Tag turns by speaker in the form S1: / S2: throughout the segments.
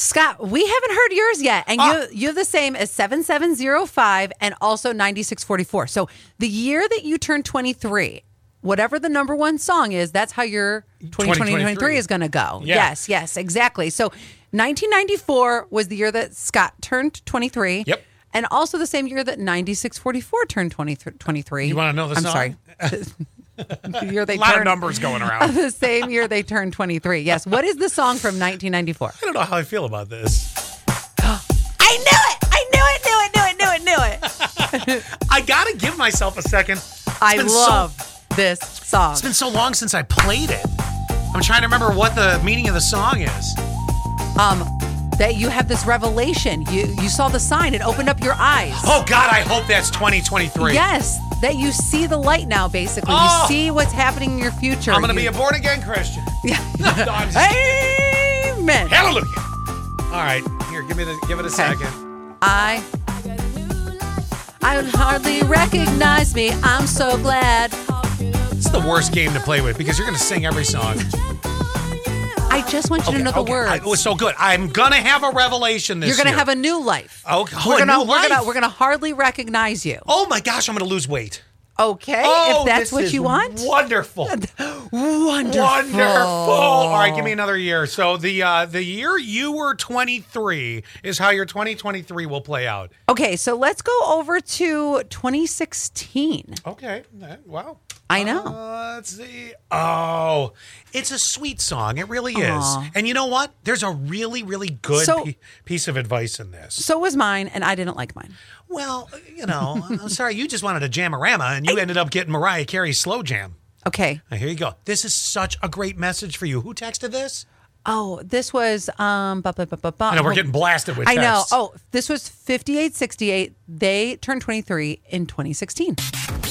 S1: Scott, we haven't heard yours yet. And you,
S2: Ah.
S1: you have the same as 7705 and also 9644. So the year that you turn 23, whatever the number one song is, that's how your 2023 is going to go.
S2: Yeah.
S1: Yes, yes, exactly. So 1994 was the year that Scott turned 23.
S2: Yep.
S1: And also the same year that 9644 turned 23. 23.
S2: You wanna know the
S1: I'm
S2: song?
S1: sorry. the year they
S2: A lot
S1: turned,
S2: of numbers going around. I
S1: The same year they turned 23. Yes. What is the song from 1994?
S2: don't know how I feel about this.
S1: I knew it. I knew it, knew it, knew it, knew it, knew it.
S2: I gotta give myself a second. It's
S1: I
S2: been so-
S1: love this song.
S2: it's been so long since I played it. I'm trying to remember what the meaning of the song is.
S1: Um, that you have this revelation. You you saw the sign. It opened up your eyes.
S2: Oh God, I hope that's 2023.
S1: Yes, that you see the light now. Basically,
S2: Oh.
S1: you see what's happening in your future.
S2: I'm gonna
S1: You-
S2: be a born again Christian.
S1: yeah.
S2: No, I'm just-
S1: Amen.
S2: Hallelujah. All right, here, give me the, give it a second.
S1: I I would hardly recognize me. I'm so glad.
S2: It's the worst game to play with because you're gonna sing every song.
S1: I just want you to know the
S2: okay.
S1: words.
S2: I- it was so good. I'm gonna have a revelation this
S1: You're gonna
S2: year.
S1: have a new life.
S2: Okay. Oh,
S1: we're
S2: a
S1: gonna
S2: new
S1: we're
S2: life.
S1: gonna we're gonna hardly recognize you.
S2: Oh my gosh, I'm gonna lose weight.
S1: Okay,
S2: Oh,
S1: if that's
S2: this
S1: what
S2: is
S1: you want.
S2: Wonderful.
S1: Wonderful.
S2: Wonderful. All right, give me another year. So the uh, the year you were 23 is how your 2023 will play out.
S1: Okay, so let's go over to 2016.
S2: Okay. that- Wow.
S1: I know.
S2: Uh, let's see. Oh, it's a sweet song. It really is. And you know what? There's a really, really good
S1: So-
S2: pi- piece of advice in this.
S1: So was mine, and I didn't like mine.
S2: Well, you know, I'm sorry. You just wanted a jamorama, and you ended up getting Mariah Carey's slow jam.
S1: Okay.
S2: Now, here you go. This is such a great message for you. Who texted this?
S1: Oh, this was um. Ba, ba, ba, ba, ba.
S2: I know we're getting blasted with.
S1: I know.
S2: texts.
S1: Oh, this was 5868. They turned 23 in 2016.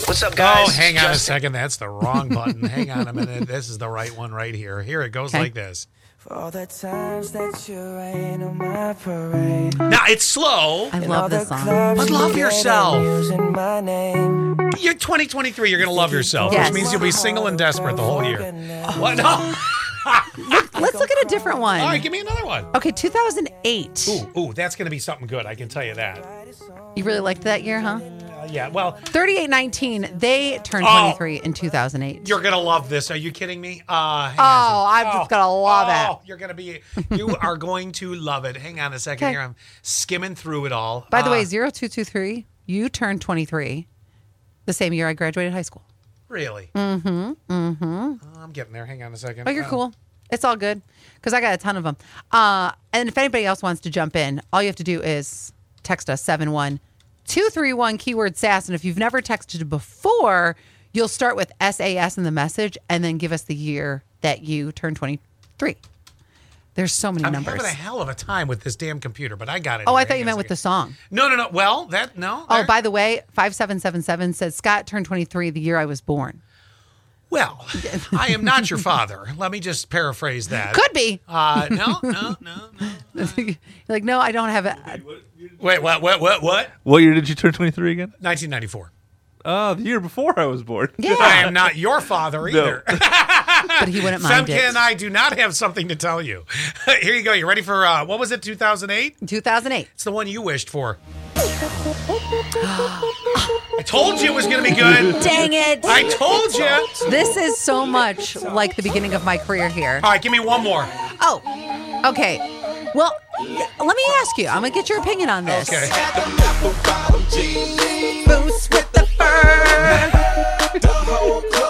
S3: What's up, guys?
S2: Oh, hang on a
S3: Justin.
S2: second. That's the wrong button. hang on a minute. This is the right one right here. Here it goes
S1: Okay.
S2: like this.
S4: All the times that you rain on my parade.
S2: Now it's slow.
S1: I love this song.
S4: clubs
S2: But love
S4: you get
S2: yourself.
S4: at Using my name.
S2: You're 2023. You're gonna love yourself,
S1: Yes.
S2: which means you'll be single and desperate the whole year. What? No. All
S1: Let's look at a different one.
S2: right, give me another one.
S1: Okay, 2008.
S2: Ooh, ooh, that's gonna be something good. I can tell you that.
S1: You really liked that year, huh?
S2: Uh, yeah. Well,
S1: 3819. They turned
S2: Oh.
S1: 23 in 2008.
S2: you're gonna love this. Are you kidding me? Uh, hang
S1: Oh,
S2: on.
S1: I'm just gonna love it.
S2: oh, You're gonna be. You are going to love it. Hang on a second
S1: Okay.
S2: here. I'm skimming through it all.
S1: By the
S2: Uh,
S1: way, 0223, you turned 23 the same year I graduated high school.
S2: really. Mm-hmm. Mm-hmm. I'm getting there. Hang on a second.
S1: But Oh, you're
S2: Uh,
S1: cool. It's all good because I got a ton of them. Uh, and if anybody else wants to jump in, all you have to do is text us 71231 keyword SAS. And if you've never texted before, you'll start with SAS in the message and then give us the year that you turned 23. There's so many
S2: I'm
S1: numbers.
S2: having a hell of a time with this damn computer, but I got it.
S1: Oh, I
S2: here.
S1: thought
S2: Hang
S1: you
S2: on a
S1: meant with the
S2: second.
S1: song.
S2: No, no, no. Well, that no.
S1: Oh,
S2: there-
S1: by the way, 5777 says Scott turned 23 the year I was born.
S2: Well, I am not your father. Let me just paraphrase that.
S1: Could be.
S2: Uh, no, no, no, no.
S1: You're like, no, I don't have it.
S2: Wait, what, what, what, what?
S5: What year did you turn 23 again?
S2: 1994.
S5: Oh, the year before I was born.
S2: I
S1: Yeah,
S2: am not your father either.
S1: but he wouldn't mind
S2: Femke and
S1: it.
S2: I do not have something to tell you. Here you go. You ready for uh, what was it? 2008.
S1: 2008.
S2: It's the one you wished for. I told you it was going to be good.
S1: Dang it!
S2: I told you.
S1: This is so much like the beginning of my career here.
S2: All right, give me one more.
S1: Oh, okay. Well, let me ask you. I'm gonna get your opinion on this.
S2: Okay.
S1: Boots with the fur.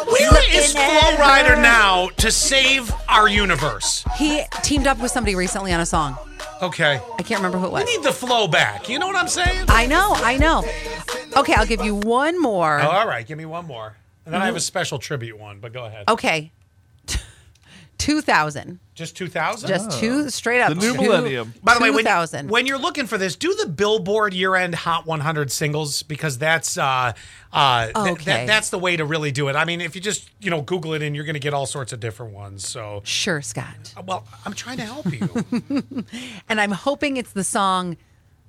S2: Where is Flow Rider now to save our universe?
S1: He teamed up with somebody recently on a song.
S2: Okay.
S1: I can't remember who it
S2: We
S1: was.
S2: need the flow back. You know what I'm saying?
S1: I know. I know. Okay, I'll give you one more.
S2: Oh, all right, give me one more. And then I have a special tribute one, but go ahead.
S1: Okay. 2000.
S2: Just 2000?
S1: Just
S2: Oh.
S1: two straight up.
S5: The new
S1: two-
S5: millennium.
S2: By the way, when,
S1: 2000.
S2: when you're looking for this, do the Billboard year-end Hot 100 singles because that's uh, uh, th-
S1: Okay.
S2: that- that's the way to really do it. I mean, if you just you know Google it, and you're going to get all sorts of different ones. So,
S1: Sure, Scott.
S2: well, I'm trying to help you.
S1: And I'm hoping it's the song.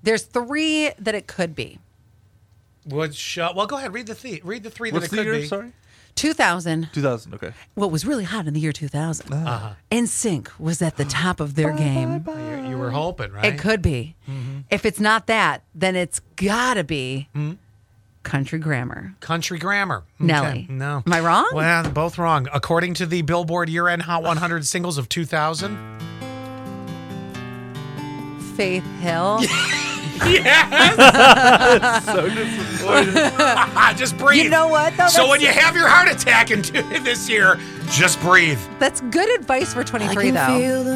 S1: There's three that it could be.
S2: Which, uh, well, go ahead, read the th- read the three
S5: What's
S2: that it
S5: the
S2: could
S5: year?
S2: be.
S5: Sorry.
S1: 2000,
S5: 2000. Okay.
S1: what was really hot in the year 2000, In Sync was at the top of their game.
S2: You, you were hoping, right?
S1: It could be. If it's not that, then it's gotta be country grammar.
S2: Country grammar.
S1: Nelly.
S2: No.
S1: Am I wrong?
S2: Well, they're both wrong. According to the Billboard Year End Hot 100 Singles of 2000.
S1: Faith Hill.
S5: So disappointed.
S2: Ah, just breathe.
S1: You know what, though?
S2: So when you
S1: That's-
S2: have your heart attack in this year, just breathe.
S1: That's good advice for 23, though.